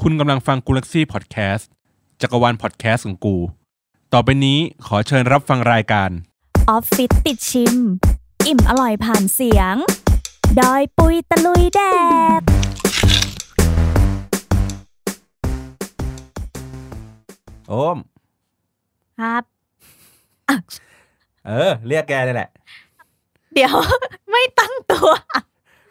คุณกำลังฟังกูลักซี่พอดแคสต์จักรวาลพอดแคสต์ของกู ต่อไปนี้ขอเชิญรับฟังรายการ ออฟฟิศติดชิม อิ่มอร่อยผ่านเสียง ดอยปุยตะลุยแดด โอ้ม ครับ เออ เรียกแกนี่แหละ เดี๋ยว ไม่ตั้งตัว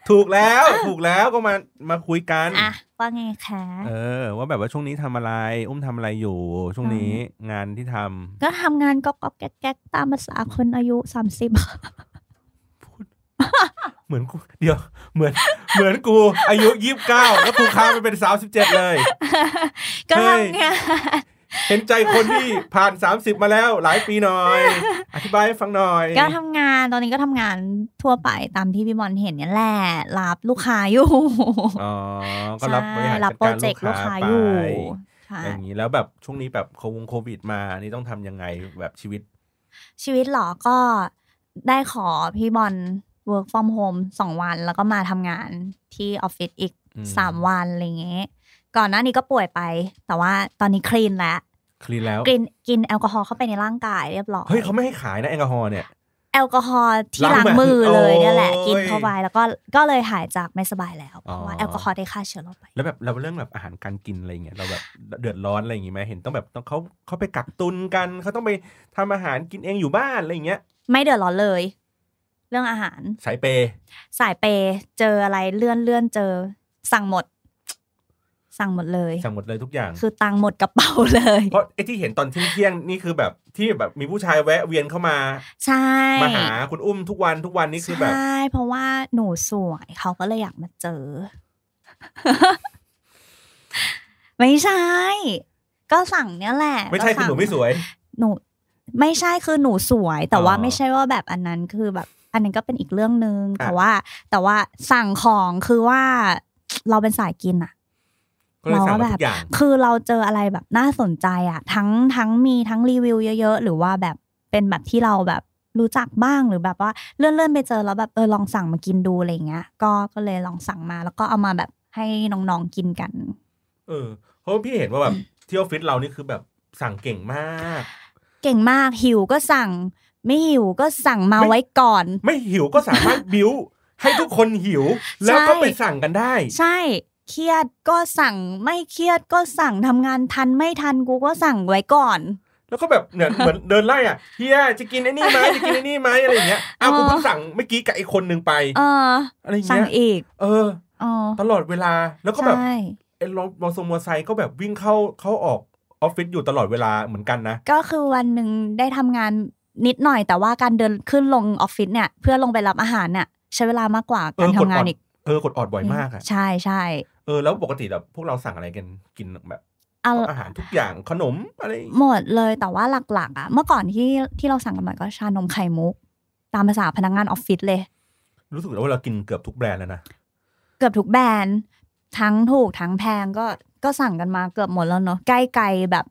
ถูกแล้ว ถูกแล้วก็มามาคุยกัน อ่ะ ว่าไงคะ เออ ว่าแบบว่าช่วงนี้ทำอะไร อุ้มทำอะไรอยู่ ช่วงนี้งานที่ทำ ก็ทำงานก็ก็แก๊กๆตามภาษาคนอายุ 30 เหมือนกู เดี๋ยว เหมือน เหมือนกู อายุยี่สิบเก้าแล้วกูข้ามไปเป็นสาวสิบเจ็ดเลย ก็ เฮ้ย ทำงาน เห็นใจคนที่ผ่าน 30 มาแล้ว หลายปีหน่อย อธิบายให้ฟังหน่อย ก็ทำงานตอนนี้ก็ทำงานทั่วไปตามที่พี่บอลเห็นเนี่ยแหละรับลูกค้าอยู่ อ๋ อ ก็รับบริหาร ใช่รั จัด โปร การ เจกต์ลู ลู ก ก ค้า ค้า อยู่ ไป ใช่ อย่างนี้แล้วแบบช่วงนี้แบบโควงโควิดมา นี่ต้องทำยังไงแบบชีวิต ชีวิตเหรอก็ได้ขอพี่บอล work from home สองวันแล้วก็มาทำงานที่ออฟฟิศอีก อืม สามวันอะไรเงี้ย ก่อนหน้านี้ก็ป่วยไป แต่ว่าตอนนี้คลีนแล้ว คลีนแล้ว กินกินแอลกอฮอล์เข้าไปในร่างกายเรียบร้อย เฮ้ยเขาไม่ให้ขายนะแอลกอฮอล์เนี่ย แอลกอฮอล์ที่ ล้า ล้าง ง มื มื อ อเลยเนี่ยแหละ โอ้ย กินเข้าไปแล้วก็ก็เลยหายจากไม่สบายแล้วเพ อ๋อ ราะว่าแอลกอฮอล์ได้ฆ่าเชื้อโรคไป แล้วแบบเราเรื่องแบบอาหารการกินอะไรเงี้ยเราแบบเดือดร้อนอะไรอย่างงี้ไหมเห็นต้องแบบต้องเขาเขาไปกักตุนกันเขาต้องไปทำอาหารกินเองอยู่บ้านอะไรอย่างเงี้ย ไม่เดือดร้อนเลย เรื่องอาหาร สายเปย์ สายเปย์เจออะไรเลื่อนเลื่อนเจอ สั่งหมด สั่งหมดเลย สั่งหมดเลยทุกอย่าง คือตังค์หมดกระเป๋าเลย เพราะไอ้ที่เห็นตอนเที่ยงๆนี่คือแบบที่แบบมีผู้ชายแวะเวียนเข้ามา ใช่ มาหาคุณอุ้มทุกวันทุกวันนี่คือแบบ ใช่เพราะว่าหนูสวยเขาก็เลยอยากมาเจอ ไม่ใช่ ก็สั่งเนี้ยแหละ ไม่ใช่คือหนูไม่สวย หนู ไม่ใช่คือหนูสวย แต่ อ๋อ ว่าไม่ใช่ว่าแบบอันนั้นคือแบบ อันนั้นก็เป็นอีกเรื่องหนึ่ง อ่ะ แต่ว่า แต่ว่าสั่งของคือว่าเราเป็นสายกินอะ ก็เลยสั่งหมด เราแบบ ทุกอย่าง คือเราเจออะไรแบบน่าสนใจอะทั้งทั้งมีทั้งรีวิวเยอะ ๆ หรือว่าแบบเป็นแบบที่เราแบบรู้จักบ้างหรือแบบว่าเลื่อนๆไปเจอแล้วแบบเออลองสั่งมากินดูอะไรเงี้ย ก็ก็เลยลองสั่งมาแล้วก็เอามาแบบให้น้องๆกินกัน เออเพราะว่าพี่เห็นว่าแบบที่ออฟฟิศเรานี่คือแบบสั่งเก่งมาก เก่งมากหิวก็สั่ง ไม่หิวก็สั่งมา ไม่ ไว้ก่อน ไม่หิวก็สามารถ บิ้วให้ทุกคนหิว แล้วก็ไปสั่งกันได้ ใช่ เครียดก็สั่งไม่เครียดก็สั่งทำงานทันไม่ทันกูก็สั่งไว้ก่อน แล้วก็แบบเนี่ยเหมือนเดินไล่อ่ะเฮียจะกินไอ้นี่ไหมจะกินไอ้นี่ไหมอะไรอย่างเงี้ ยอ้าว อ๋อ กูเพิ่งสั่งเมื่อกี้กับไอ้คนหนึ่งไป เออ อะไรอย่าง สั่ เงี้ ง ย อีก เออ อ๋อ ตลอดเวลาแล้วก็แบบ ใช่ ไอ้รถมอเตอร์ไซค์ก็แบบวิ่งเข้าเข้าออกออฟฟิศอยู่ตลอดเวลาเหมือนกันนะ ก็คือวันหนึ่งได้ทำงานนิดหน่อยแต่ว่าการเดินขึ้นลงออฟฟิศเนี่ย เพื่อลงไปรับอาหารเนี่ยใช้เวลามากกว่า เอ การ อ ทำ กด งา อน อด อีก เออกดออดบ่อยมากอ่ะ ใช่ใช่ เออแล้วปกติแบบพวกเราสั่งอะไรกันกินแบบ เอา อาหารทุกอย่างขนมอะไร หมดเลยแต่ว่าหลักๆอ่ะเมื่อก่อนที่ที่เราสั่งกันบ่อยก็ชานมไข่มุก ตามภาษาพนักงานออฟฟิศเลย รู้สึกว่าเรากินเกือบทุกแบรนด์แล้วนะ เกือบทุกแบรนด์ทั้งถูกทั้งแพงก็ก็สั่งกันมาเกือบหมดแล้วเนาะใกล้ไกลแบบ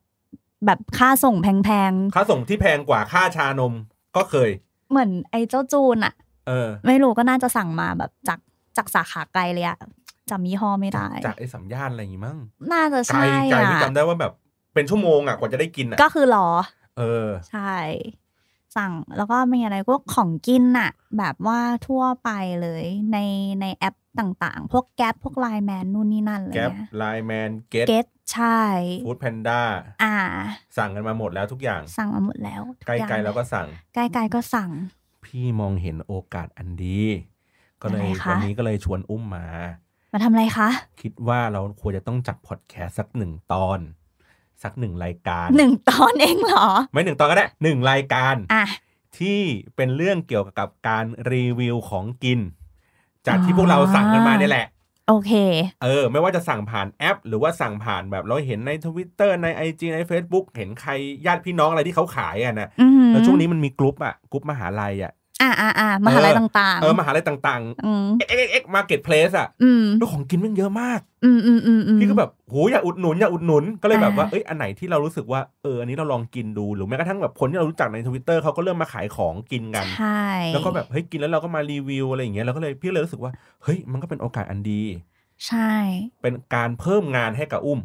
แบบค่าส่งแพง ค่าส่งที่แพงกว่าค่าชานมก็เคย ๆเหมือนไอ้เจ้าจูนอะ เออ ไม่รู้ก็น่าจะสั่งมาแบบจากจากสาขาไกลเลยอะจำยี่ห้อไม่ได้ จากไอ้สัมยานอะไรอย่างงี้มั้ง น่าจะ ไกล ใช่ ไกล อ่ะ ที่จำได้ว่าแบบเป็นชั่วโมงอ่ะกว่าจะได้กินอ่ะ ก็คือรอ เออ ใช่ สั่งแล้วก็มีอะไรพวกของกินอะแบบว่าทั่วไปเลยในในแอปต่างๆ พวกแก๊ปพวกไลน์แมนนู่นนี่นั่นอะไร แก๊ป เงี้ย ไลน์แมนเกต เก็ตใช่ ฟู้ดแพนด้า อ่า สั่งกันมาหมดแล้วทุกอย่าง สั่งมาหมดแล้วทุ ไกลๆแล้วก็สั่ง ใกล้ไกลๆก็สั่ง พี่มองเห็นโอกาสอันดี ก็เลย อะไรคะ วันนี้ก็เลยชวนอุ้มมา มาทำอะไรคะ คิดว่าเราควรจะต้องจัดพอดแคสต์สักหนึ่งตอน สักหนึ่งรายการ หนึ่งตอนเองเหรอ ไม่หนึ่งตอนก็ได้หนึ่งรายการ อ่ะ ที่เป็นเรื่องเกี่ยวกับการรีวิวของกิน จากที่ อ๋อ พวกเราสั่งกันมาเนี่ยแหละ โอเค เออ ไม่ว่าจะสั่งผ่านแอป หรือว่าสั่งผ่านแบบเราเห็นใน Twitter ใน IG ใน Facebook เห็นใครญาติพี่น้องอะไรที่เขาขายอ่ะนะ อือหือ แล้วช่วงนี้มันมีกลุ่มอ่ะกลุ่มมหาลัยอ่ะ อ่ะอ่ะอ่ะมหาลัย เอ ต่าง เออมหาลัยต่าง ๆอืม ๆเอ็กเอ็กมาร์เก็ตเพลสอ่ะ อืม แล้วของกินมันเยอะมาก อืมอืมอืมอืม พี่ก็แบบโหอยากอุดหนุนอยากอุดหนุนก็เลยแบบว่า อ่า เอ้ยอันไหนที่เรารู้สึกว่าเอออันนี้เราลองกินดูหรือแม้กระทั่งแบบคนที่เรารู้จักใน Twitter เขาก็เริ่มมาขายของกินกัน ใช่ แล้วก็แบบเฮ้ยกินแล้วเราก็มารีวิวอะไรอย่างเงี้ยเราก็เลยพี่เลยรู้สึกว่าเฮ้ยมันก็เป็นโอกาสอันดี ใช่ เป็นการเพิ่มงานให้กับอุ้ม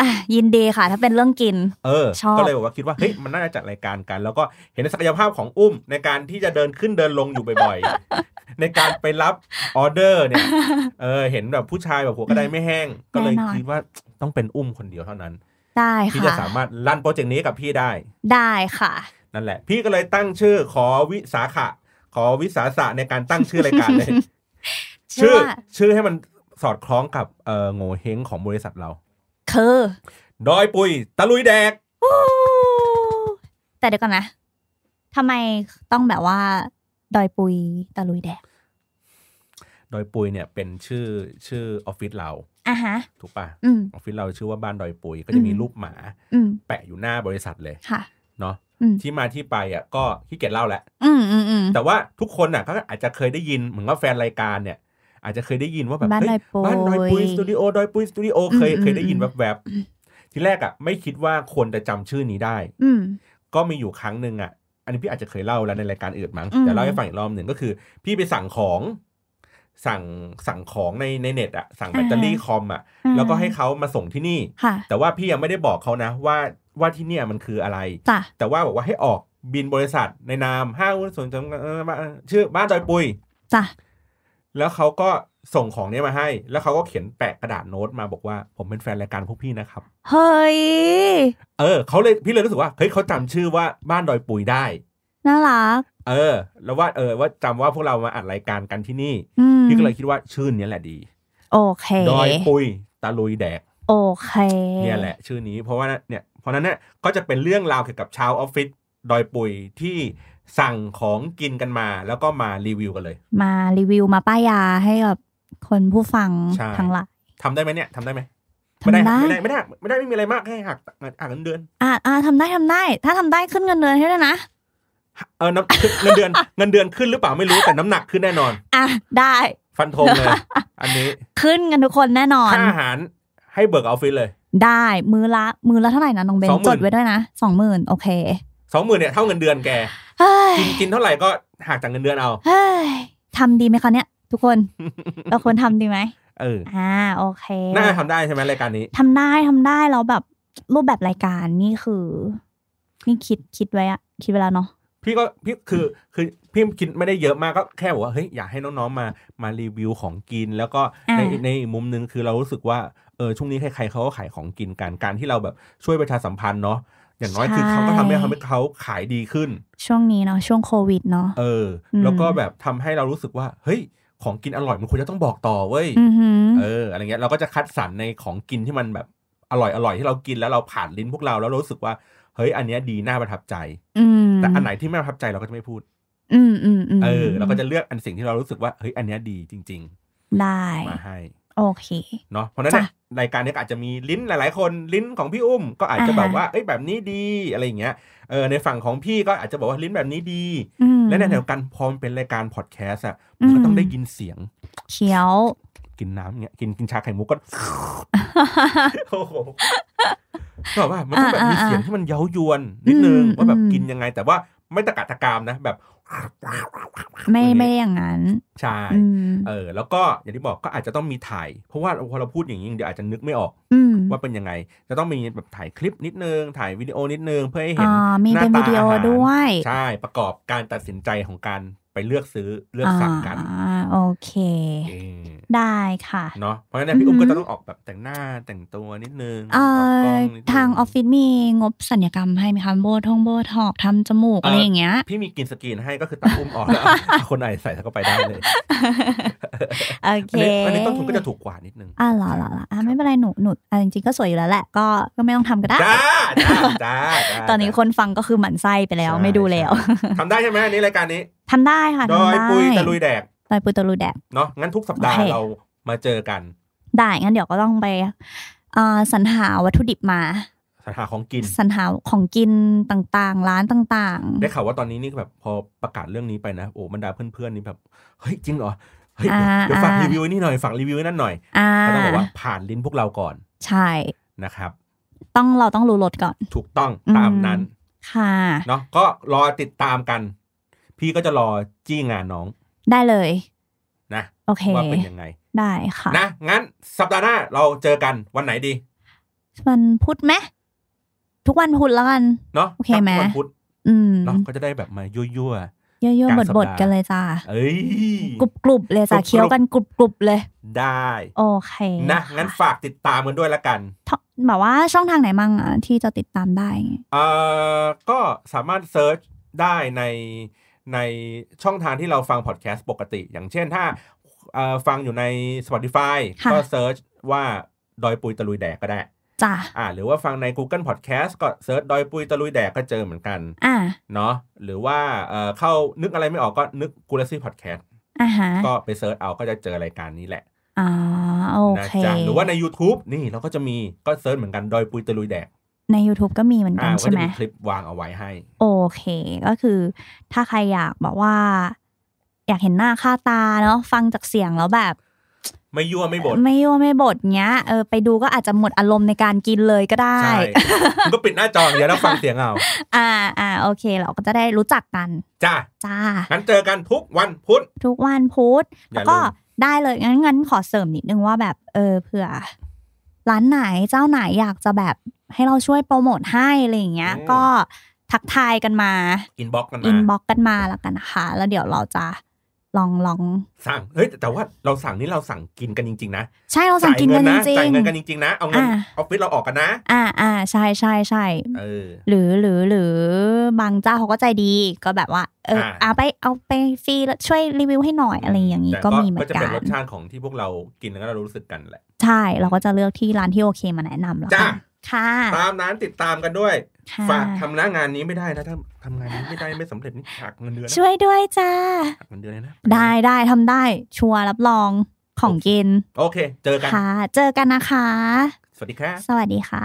อ่ะยินดีค่ะ ถ้าเป็นเรื่องกิน เออ ชอบ ก็เลยบอกว่าคิดว่าเฮ้ ยมันน่าจะจัดรายการกัน แล้วก็เห็นศักยภาพของอุ้มในการที่จะเดินขึ้นเดินลงอยู่บ่อยๆ ในการไปรับออเดอร์เนี่ยเออเห็นแบบผู้ชายแบบหัวกระไดไม่แห้ง ก็เลยคิดว่าต้องเป็นอุ้มคนเดียวเท่านั้น ได้ ที่จะ ค่ะ สามารถลั่นโปรเจกต์นี้กับพี่ได้ ได้ค่ะ นั่นแหละ พี่ก็เลยตั้งชื่อขอวิสาขะ ขอวิสาสะในการตั้งชื่อรายการเลย ชื่ ชื่ อ อ ว่า ชื่อให้มันสอดคล้องกับเอ่อโง่เฮงของบริษัทเรา คือ ดอยปุยตะลุยแดก โอ้แต่เดี๋ยวก่อนนะทำไมต้องแบบว่า ดอยปุยตะลุยแดด ดอยปุยเนี่ยเป็นชื่อชื่อออฟฟิศเรา อ่ะฮะ ถูกป่ะ อืม ออฟฟิศเราชื่อว่าบ้านดอยปุยก็จะมี อืม รูปหมา อืม แปะอยู่หน้าบริษัทเลย ค่ะ เนาะ อืม ที่มาที่ไปอ่ะก็ขี้เกียจเล่าแหละ อืมอืมอืม แต่ว่าทุกคนน่ะก็อาจจะเคยได้ยินเหมือนว่าแฟนรายการเนี่ย อาจจะเคยได้ยินว่าแบบ บ้าน เฮ้ ดอยปุย บ้านดอยปุยสตูดิโอดอยปุยสตูดิโอ อืม เคย อืม เคยได้ยิน อื แว ม บๆทีแรกอ่ะไม่คิดว่าคนจะจำชื่อนี้ได้ อืม ก็มีอยู่ครั้งหนึ่งอ่ะ อันนี้พี่อาจจะเคยเล่าแล้วในรายการอื่นมั้ง อืม แต่เล่าให้ฟังอีกรอบหนึ่งก็คือ พี่ไปสั่งของ สั่งสั่งของในในเน็ตอ่ะสั่งแบตเตอรี่คอมอ่ะแล้วก็ให้เขามาส่งที่นี่ ค่ะ แต่ว่าพี่ยังไม่ได้บอกเขานะว่าว่าที่เนี่ยมันคืออะไร จ้ะ แต่ว่าบอกว่าให้ออกบินบริษัทในนามห้างหุ้นส่วนจำกัดเอ่อชื่อบ้านดอยปุย จ้ะ แล้วเขาก็ส่งของเนี้ยมาให้ แล้วเขาก็เขียนแปะกระดาษโน้ตมาบอกว่าผมเป็นแฟนรายการพวกพี่นะครับ เฮ้ย เออเขาเลยพี่เลยรู้สึกว่าเฮ้ยเขาจำชื่อว่าบ้านดอยปุยได้ น่ารัก เออ แล้วว่าเออว่าจำว่าพวกเรามาอัดรายการกันที่นี่ อืม พี่ก็เลยคิดว่าชื่อเนี้ยแหละดี โอเค ดอยปุยตะลุยแดก โอเค เนี่ยแหละ ชื่อนี้เพราะว่าเนี่ยเพราะนั้นเนี่ยก็จะเป็นเรื่องราวเกี่ยวกับชาวออฟฟิศดอยปุยที่สั่งของกินกันมา แล้วก็มารีวิวกันเลย มารีวิวมาป้ายยาให้กับคนผู้ฟัง ใช่ ทั้งหลาย ทำได้ไหมเนี่ยทำได้ไหม ทำได้ ไม่ได้ไม่ได้ไม่ได้ไม่ได้ไม่มีอะไรมากให้หักหักเงินเดือน อ่าอ่าทำได้ทำได้ ถ้าทำได้ขึ้นเงินเดือนให้ด้วยนะ เออน้ำเงินเดือน เงินเดือนขึ้นหรือเปล่าไม่รู้แต่น้ำหนักขึ้นแน่นอน อ่ะได้ ฟันธงเลย อันนี้ ขึ้นกันทุกคนแน่นอน ค่าอาหารให้เบิกออฟฟิศเลย ได้มือละมือละเท่าไหร่นะน้องเบน 20,000 จดไว้ด้วยนะสองหมื่นโอเค สองหมื่นเนี่ยเท่าเงินเดือนแก เฮ้ย กินกินเท่าไหร่ก็หักจากเงินเดือนเอา เฮ้ยทำดีไหมคะเนี่ย ทุก คน เราควรทำดีไหม เออ อ่าโอเค น่าจะทำได้ใช่ไหมรายการนี้ ทำได้ทำได้แล้วแบบรูปแบบรายการนี่คือ นี่คิดคิดไว้อะคิดไว้แล้วเนาะ พี่ก็พี่คือคือพี่คิดไม่ได้เยอะมากก็แค่บอกว่าเฮ้ยอยากให้น้องๆมามารีวิวของกิน แล้วก็ในในอีกมุมหนึงคือเรารู้สึกว่าเออช่วงนี้ใครๆเขาก็ขายของกินกันการที่เราแบบช่วยประชาสัมพันธ์เนาะอย่างน้อยคือเขาก็ทำให้ทำให้เขาขายดีขึ้น ช่วงนี้เนาะช่วงโควิดเนาะ เอออ ม แล้วก็แบบทำให้เรารู้สึกว่า เฮ้ย ของกินอร่อยมันควรจะต้องบอกต่อเว้ย อือหือ เอออะไรเงี้ยเราก็จะคัดสรรในของกินที่มันแบบอร่อยอร่อยที่เรากินแล้วเราผ่านลิ้นพวกเราแล้วเรารู้สึกว่าเฮ้ยอันเนี้ยดีน่าประทับใจ อืม แต่อันไหนที่ไม่ประทับใจเราก็จะไม่พูด อืมอืมอืม เออเราก็จะเลือกอันสิ่งที่เรารู้สึกว่าเฮ้ยอันเนี้ยดีจริง ได้ ๆ มาให้ โอเค เนาะเพราะฉะนั้นเนี่ย จ้ะ รายการเนี้ยก็อาจจะมีลิ้นหลาย ๆ คนลิ้นของพี่อุ้มก็อาจจะ อ่าฮะ แบบว่าเอ้ยแบบนี้ดีอะไรอย่างเงี้ยเออในฝั่งของพี่ก็อาจจะบอกว่าลิ้นแบบนี้ดี อืม และในแนวกันพอมนเป็นรายการพอดแคสต์อ่ะ อื มัน ม ก็ต้องได้ยินเสียง เขียว กินน้ำเงี้ยกินกินชาไข่มุก ก็ โอ้โหแบบว่ามันต้องแบบ อ่า มี อ่า เสียงที่มันเย้ายวนนิดนึง อืม ว่าแบบ อืม กินยังไง แต่ว่าไม่ตะกะตะกามนะแบบ ไม่ อย่างเงี้ยไม่ได้อย่างนั้น ใช่ อืม เออแล้วก็อย่างที่บอกก็อาจจะต้องมีถ่าย เพราะว่าพอเราพูดอย่างนี้เดี๋ยวอาจจะนึกไม่ออก อืม ว่าเป็นยังไง จะต้องมีแบบถ่ายคลิปนิดนึง ถ่ายวิดีโอนิดนึงเพื่อให้เห็น อ่ามี หน้า เป็น ตา วิดีโอ อาหาร ด้วย ใช่ประกอบการตัดสินใจของการไปเลือกซื้อเลือกสั่งกัน อ่าโอเค เออ ได้ค่ะ เนาะเพราะฉะนั้นพี่อุ้ม อือฮึ ก็จะต้องออกแบบแต่งหน้าแต่งตัวนิดนึง เอ่ กก อ ล้นิดนึ ทางออฟฟิศมีงบสัญญกรรมให้ไหมคะโบท่องโบทอกทำจมูกอะไรอย่างเงี้ย พี่มีกินสกรีนให้ก็คือตัดอุ้มออก แล้วเอาคนไหนใส่เข้าไปได้เลย โอเค อันนี้อันนี้ต้นทุนก็จะถูกกว่านิดนึง อ่าหรอหรอหรออ่ะไม่เป็นไรหนูหนูอ่ะจริงๆก็สวยอยู่แล้วแหละก็ก็ไม่ต้องทำก็ได้ จ้าจ้าจ้าจ้า ตอนนี้คนฟังก็คือหมั่นไส้ไปแล้ว ใช่ ไม่ดูแล้ว ใช่ทำได้ใช่ไหมอันนี้รายการนี้ ทำได้ค่ะ ด ทำ อย ได้ ปุยตะลุยแดก ดอยปุยตะลุยแดด เนาะงั้นทุกสัปดาห์ โอเค เรามาเจอกัน ได้งั้นเดี๋ยวก็ต้องไปเอ่อสรรหาวัตถุดิบมา สถาของกิน สรรหาของกินต่างๆ ร้านต่าง ได้ ๆ ข่าวว่าตอนนี้นี่แบบพอประกาศเรื่องนี้ไปนะโอ้บรรดาเพื่อนๆนี่แบบเฮ้ยจริงเหรอเฮ้ยเดี๋ยวเดี๋อ่ายวฝาก อ่า รีวิวไอ้นี่หน่อยฝากรีวิวไอ้นั่นหน่อย อ่า ก็ต้องบอกว่าผ่านลิ้นพวกเราก่อน ใช่ นะครับ ต้องเราต้องรู้รสก่อน ถูกต้อง อืม ตามนั้น ค่ะ เนาะก็รอติดตามกัน พี่ก็จะรอจี้งานน้อง ได้เลย นะ โอเค ว่าเป็นยังไง ได้ค่ะ นะ งั้นสัปดาห์หน้าเราเจอกันวันไหนดี มันพุธไหมทุกวันพุธแล้วกัน เนาะ โอเคไหม วันพุธ อืม เนาะก็จะได้แบบมายั่ว เยอะ กลาง ๆบ สัปดดาห์ บดๆกันเลยจ้า ๆเอ้ย กรุบกรุบๆเลยจ้ารุกบๆ เคี้ยวกันกรุบกรุบๆเลย ได้ โอเค นะงั้นฝากติดตามกันด้วยละกัน ท่อแบบว่าช่องทางไหนมั่งอ่ะที่จะติดตามได้ไง เอ่อก็สามารถเซิร์ชได้ในในช่องทางที่เราฟังพอดแคสต์ปกติ อย่างเช่นถ้าเอ่อฟังอยู่ใน Spotify ก็เซิร์ชว่าดอยปุยตะลุยแดกก็ได้ จ้า อ่าหรือว่าฟังใน Google Podcast ก็เซิร์ชดอยปุยตะลุยแดกก็เจอเหมือนกัน อ่า เนาะหรือว่าเอ่อเข้านึกอะไรไม่ออกก็นึกกูลซี่พอดแคสต์ อ่าฮะ ก็ไปเซิร์ชเอาก็จะเจอรายการนี้แหละ อ่าโอ นะ เค จ๊ะหรือว่าใน YouTube นี่เราก็จะมีก็เซิร์ชเหมือนกันดอยปุยตะลุยแดก ใน YouTube ก็มีเหมือนกั อ่าน ก็ ใช่ จะ ไหม มีคลิปวางเอาไว้ให้ โอเค ก็คือถ้าใครอยากบอกว่า อยากเห็นหน้าค่าตาเนาะฟังจากเสียงแล้วแบบ ไม่ยั่วไม่บ่น ไม่ยั่วไม่บดเงี้ยเออไปดูก็อาจจะหมดอารมณ์ในการกินเลยก็ได้ ใช่ มึงก็ปิดหน้าจออย่างเดี๋ยวแล้วฟังเสียงเอา อ่าอ่าโอเค เราก็จะได้รู้จักกัน จ้า จ้า งั้นเจอกันทุกวันพุธ ทุกวันพุธ อย่าลืม แล้วก็ได้เลยงั้นงั้นขอเสริมนิดนึงว่าแบบเออเผื่อ ร้านไหนเจ้าไหนอยากจะแบบให้เราช่วยโปรโมทให้อะไรอย่างเงี้ย ก็ทักทายกันมา อินบ็อกกัน อินบ็ มา อกกันมาแล้วกันนะคะ แล้วเดี๋ยวเราจะลองลอง สั่งเฮ้ยแต่ว่าเราสั่งนี่เราสั่งกินกันจริง ๆ นะ ใช่เราสั่งกินกันจ นะ ริง จ่ายเงินกันจริงๆนะ เอาเงิน อ่า ออฟฟิศเราออกกันนะ ๆอ่าอ่าใช่ใช่ใช่ เออ หรือหรือหรือบางเจ้าเขาก็ใจดีก็แบบว่า เออ อ่า เอาไปเอาไปฟรีแล้วช่วยรีวิวให้หน่อยอะไรอย่างนี้ แต่ ก็มีเหมือ ก็ น จะ กั เป็น น รสชาติของที่พวกเรากินแล้วก็เรารู้สึกกันแหละ ใช่เราก็จะเลือกที่ร้านที่โอเคมาแนะนำแล้ว จ้า กันค่ะ ตามนั้นติดตามกันด้วย ค่ะ ฝากทำหน้างานนี้ไม่ได้นะถ้าทำงานนี้ไม่ได้ไม่สำเร็จนี่หักเงินเดือนนะ ช่วยด้วยจ้า หักเงินเดือนเลยนะ ได้ได้ทำได้ชัวร์รับรองของกิน โอเค เจอกัน ค่ะ เจอกันนะคะ สวัสดีครับ สวัสดีค่ะ